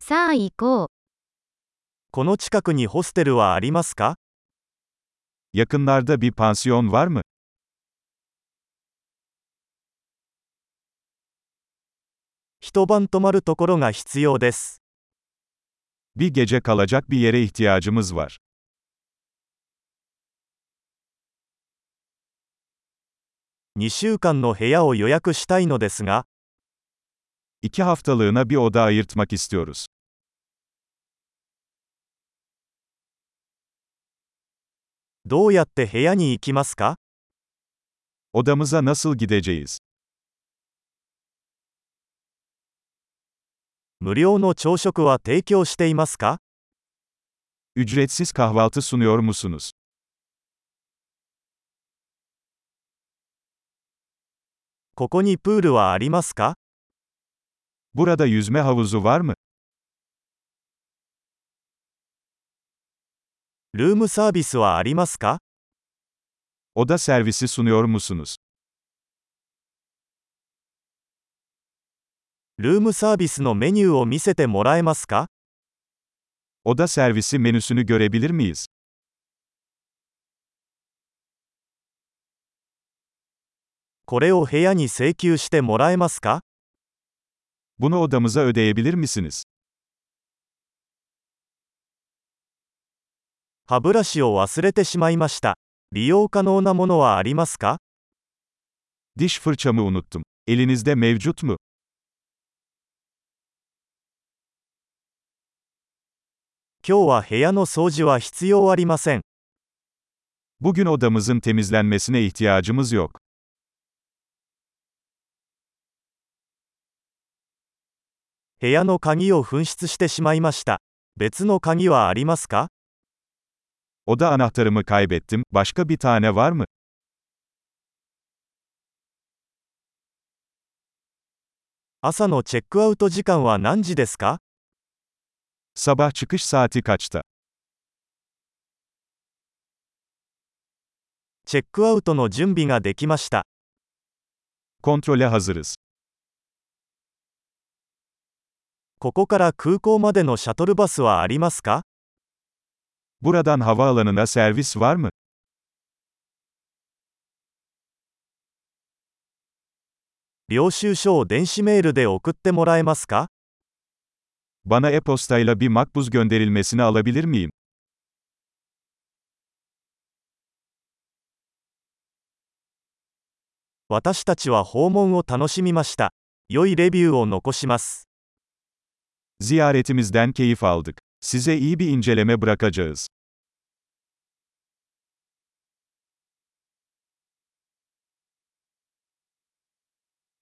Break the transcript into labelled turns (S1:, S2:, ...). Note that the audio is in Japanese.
S1: さあ行こう。
S2: この近くにホステルはありますか
S3: Yakınlarda bir pansiyon var mı?
S2: 一晩泊まるところが必要です。
S3: Bir gece kalacak bir yere ihtiyacımız var.
S2: 2週間の部屋を予約したいのですが、
S3: İki haftalığına bir oda ayırtmak istiyoruz.
S2: どうやって部屋に行きますか
S3: Odamıza nasıl gideceğiz?
S2: 無料の朝食は提供していますか
S3: Ücretsiz kahvaltı sunuyor musunuz?
S2: ここにプールはありますか
S3: Burada yüzme havuzu var mı?
S2: ルームサービスはありますか
S3: Oda servisi sunuyor musunuz?
S2: ルームサービスのメニューを見せてもらえますか
S3: Oda servisi menüsünü görebilir miyiz?
S2: これを部屋に請求してもらえますか
S3: Bunu odamıza ödeyebilir misiniz?
S2: 歯ブラシを忘れてしまいました。利用可能なものはありますか
S3: Diş fırçamı unuttum. Elinizde mevcut mu?
S2: 今日は部屋の掃除は必要ありません。
S3: Bugün odamızın temizlenmesine ihtiyacımız yok.
S2: 部屋の鍵を紛失してしまいました。別の鍵はありますか
S3: Oda anahtarımı kaybettim. Başka bir tane var mı?
S2: 朝のチェックアウト時間は何時ですか
S3: Sabah çıkış saati kaçta?
S2: チェックアウトの準備ができました。
S3: Kontrole hazırız.
S2: ここから空港までのシャトルバスはありますか
S3: Buradan havaalanına servis var mı?
S2: 領収書を電子メールで送ってもらえますか
S3: Bana e-postayla bir makbuz gönderilmesini alabilir miyim?
S2: 私たちは訪問を楽しみました。良いレビューを残します。
S3: Ziyaretimizden keyif aldık. Size iyi bir inceleme bırakacağız.